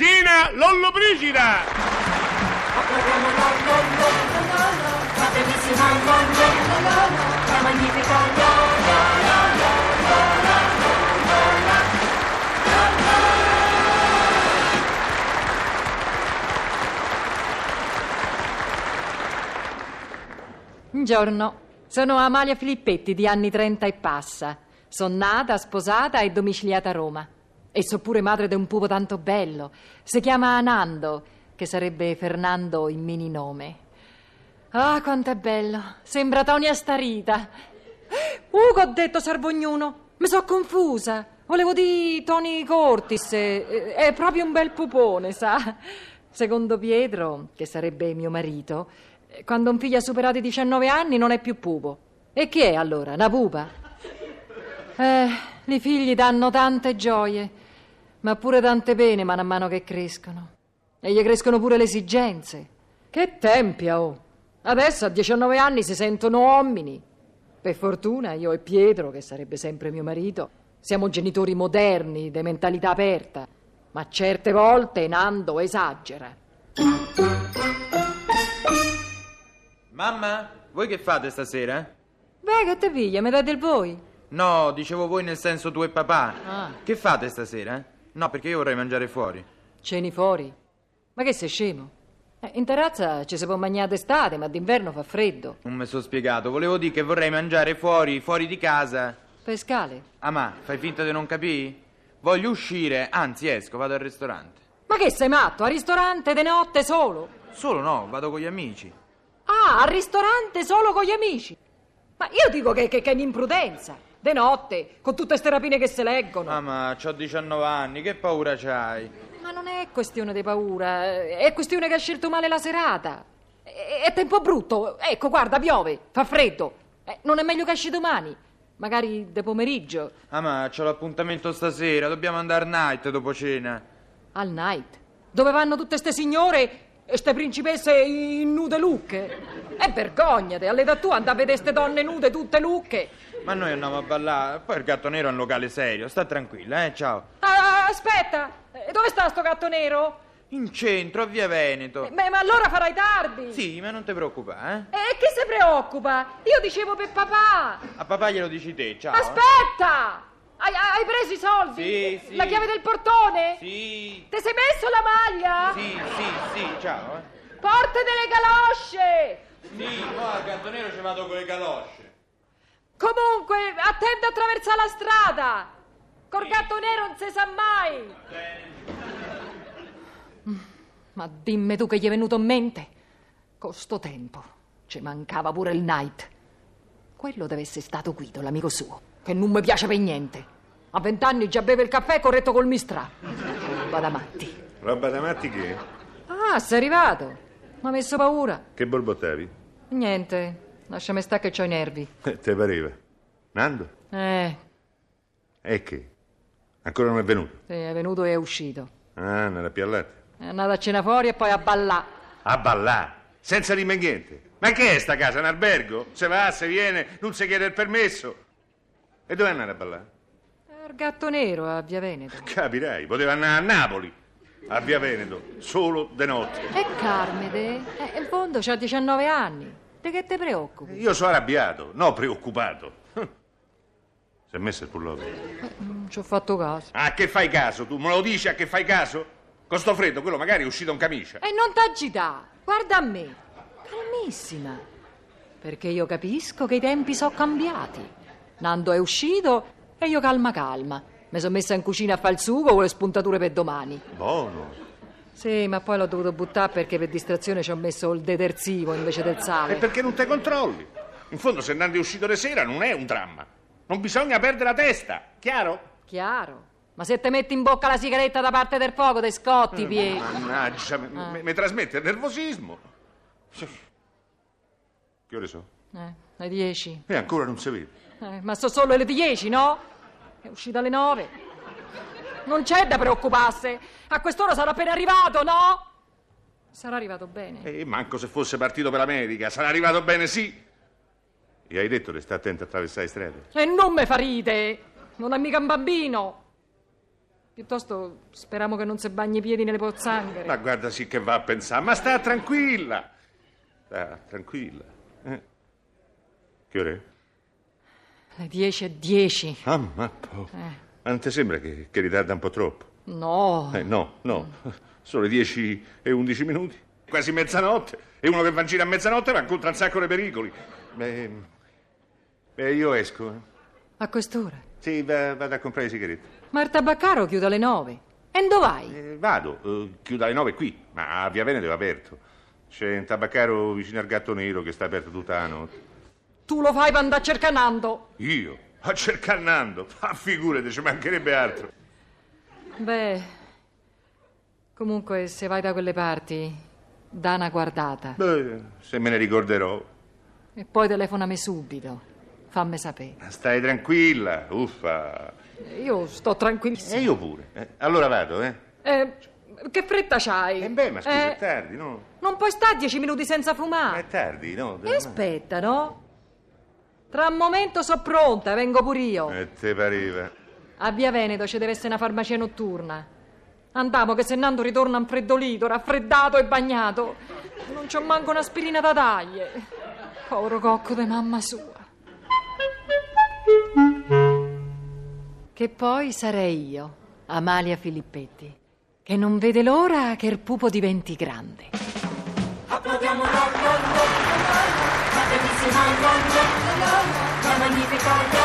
Gina Lollobrigida! La bellissima la la la la la, la magnifica la la la la la la la la. Buongiorno, sono Amalia Filippetti di anni 30 e passa. Sono nata, sposata e domiciliata a Roma. E so pure madre di un pupo tanto bello. Si chiama Anando, che sarebbe Fernando in mini nome. Ah, quanto è bello! Sembra Tonia Starita. Ugo, ho detto Sarvognuno. Mi sono confusa. Volevo dire Tony Cortis. eh, È proprio un bel pupone, sa? Secondo Pietro, che sarebbe mio marito, eh, quando un figlio ha superato i 19 anni non è più pupo. E chi è allora? Una pupa? Eh, i figli danno tante gioie, ma pure tante pene man mano che crescono. E gli crescono pure le esigenze. Che tempi, ha, oh! Adesso a 19 anni si sentono uomini. Per fortuna io e Pietro, che sarebbe sempre mio marito, siamo genitori moderni, di mentalità aperta. Ma certe volte Nando esagera. Mamma, voi che fate stasera? eh? Beh, che te piglia, mi dai del voi? No, dicevo voi nel senso tu e papà. Ah. Che fate stasera? eh? No, perché io vorrei mangiare fuori. Ceni fuori? Ma che sei scemo? Eh, in terrazza ci si può mangiare d'estate, ma d'inverno fa freddo. Non mi sono spiegato, volevo dire che vorrei mangiare fuori, fuori di casa. Pescale? Ah, ma fai finta di non capire? Voglio uscire, anzi esco, vado al ristorante. Ma che sei matto? Al ristorante de notte solo? Solo no, vado con gli amici. Ah, al ristorante solo con gli amici? Ma io dico che, che, che è un'imprudenza. De notte, con tutte ste rapine che se leggono. Ah, ma ho 19 anni, che paura c'hai? Ma non è questione di paura, è questione che ha scelto male la serata. È, è tempo brutto. Ecco, guarda, piove, fa freddo. Eh, non è meglio che esci domani, magari de pomeriggio, Ah, ma c'ho l'appuntamento stasera, dobbiamo andare night dopo cena. al night, dove vanno tutte ste signore e ste principesse in nude lucche. E vergognate, all'età tua andare a vedere ste donne nude tutte lucche. Ma noi andiamo a ballare, poi il gatto nero è un locale serio, sta tranquilla, eh, ciao. Ah, aspetta, eh, dove sta sto gatto nero? In centro, a via Veneto. Beh, ma allora farai tardi. Sì, ma non ti preoccupare, eh? E chi se preoccupa? Io dicevo per papà. A papà glielo dici te, ciao. eh. Aspetta! Hai, hai preso i soldi? Sì, sì. La chiave del portone? Sì, Ti sei messo la maglia? sì, sì, sì, ciao, eh. Porte delle calosce! Sì, mo al cantonero ci vado con le calosce. Comunque, attento a attraversare la strada! Col gatto nero non si sa mai! Ma dimmi tu che gli è venuto in mente? Con sto tempo ci mancava pure il night. Quello deve essere stato Guido, l'amico suo, che non mi piace per niente. A vent'anni già beve il caffè corretto col mistrà. Vada matti. Roba da matti che? Ah, sei arrivato. Mi ha messo paura. Che borbottavi? Niente, lasciami stare che ho i nervi. Eh, Te pareva. Nando? Eh, E che? Ancora non è venuto? sì, è venuto e è uscito. Ah, nella piallata. È andata a cena fuori e poi a ballà. A ballà, senza dirmi niente. Ma che è sta casa, un albergo? Se va, se viene, non si chiede il permesso. E dove andare a ballare? È Il gatto nero a Via Veneto. Capirai, poteva andare a Napoli, a Via Veneto, solo de notte. E Carmede? Eh, in fondo c'ha 19 anni. Di che te preoccupi? Io sono arrabbiato, no preoccupato. Si è messo il pullover. Non ci ho fatto caso. Ah, che fai caso? Tu me lo dici a che fai caso? Con sto freddo, quello magari è uscito in camicia. E non t'agità, guarda a me. Calmissima. Perché io capisco che i tempi sono cambiati. Nando è uscito e io calma calma. Mi sono messa in cucina a fare il sugo con le spuntature per domani. Buono. Sì, ma poi l'ho dovuto buttare perché per distrazione ci ho messo il detersivo invece del E sale. perché non te controlli? In fondo, se Nando è uscito di sera non è un dramma. Non bisogna perdere la testa, chiaro? Chiaro. Ma se te metti in bocca la sigaretta da parte del fuoco, te scotti, Pietro. Mannaggia, mi- mi mi trasmette il nervosismo. Che ore sono? Eh, le 10. E ancora non si vede. Eh, ma sono solo le 10, no? È uscita alle 9. Non c'è da preoccuparsi. A quest'ora sarà appena arrivato, no? Sarà arrivato bene. E Eh, manco se fosse partito per l'America, sarà arrivato bene, sì. E hai detto di stare attento a attraversare le strade? E non me farite! Non è mica un bambino. Piuttosto speriamo che non si bagni i piedi nelle pozzanghere. Ma guarda sì che va a pensare, ma sta tranquilla. Sta tranquilla. Eh. Che ore? è? Le 10 e 10. Ah, ma po- Eh. Ma non ti sembra che, che ritarda un po' troppo? No. Eh, no, no. Sono le 10 e 11 minuti. Quasi mezzanotte. E uno che va in giro a mezzanotte racconta un sacco di pericoli. Beh, beh, io esco. eh. A quest'ora. Sì, va- vado a comprare le sigarette. Marta Baccaro chiude alle 9. E dove vai? Eh, vado, eh, chiudo alle 9 qui, ma a Via Veneto è aperto. C'è un tabaccaro vicino al gatto nero che sta aperto tutta la notte. Tu lo fai per andare a cercare Nando. Io? A cercare Nando? Ma figurati, ci mancherebbe altro. Beh, comunque se vai da quelle parti, da una guardata. Beh, se me ne ricorderò. E poi telefonami subito. Fammi sapere. Stai tranquilla, uffa. Io sto E tranquillissima. io pure. eh. allora vado, eh. Eh, che fretta c'hai? E beh, ma scusa, Eh, ah. è tardi, no? non puoi stare dieci minuti senza Ma fumare. è tardi, no? E aspetta, no? Tra un momento so pronta, vengo pure io. E Eh, te pareva. A Via Veneto ci deve essere una farmacia notturna. Andiamo, che se Nando ritorna infreddolito, raffreddato e bagnato. Non c'ho manco un'aspirina da taglie. Povero cocco di mamma sua. Che poi sarei io, Amalia Filippetti, che non vede l'ora che il pupo diventi grande. Applaudiamo la la la la la, la bellissima la la la la, la magnifica la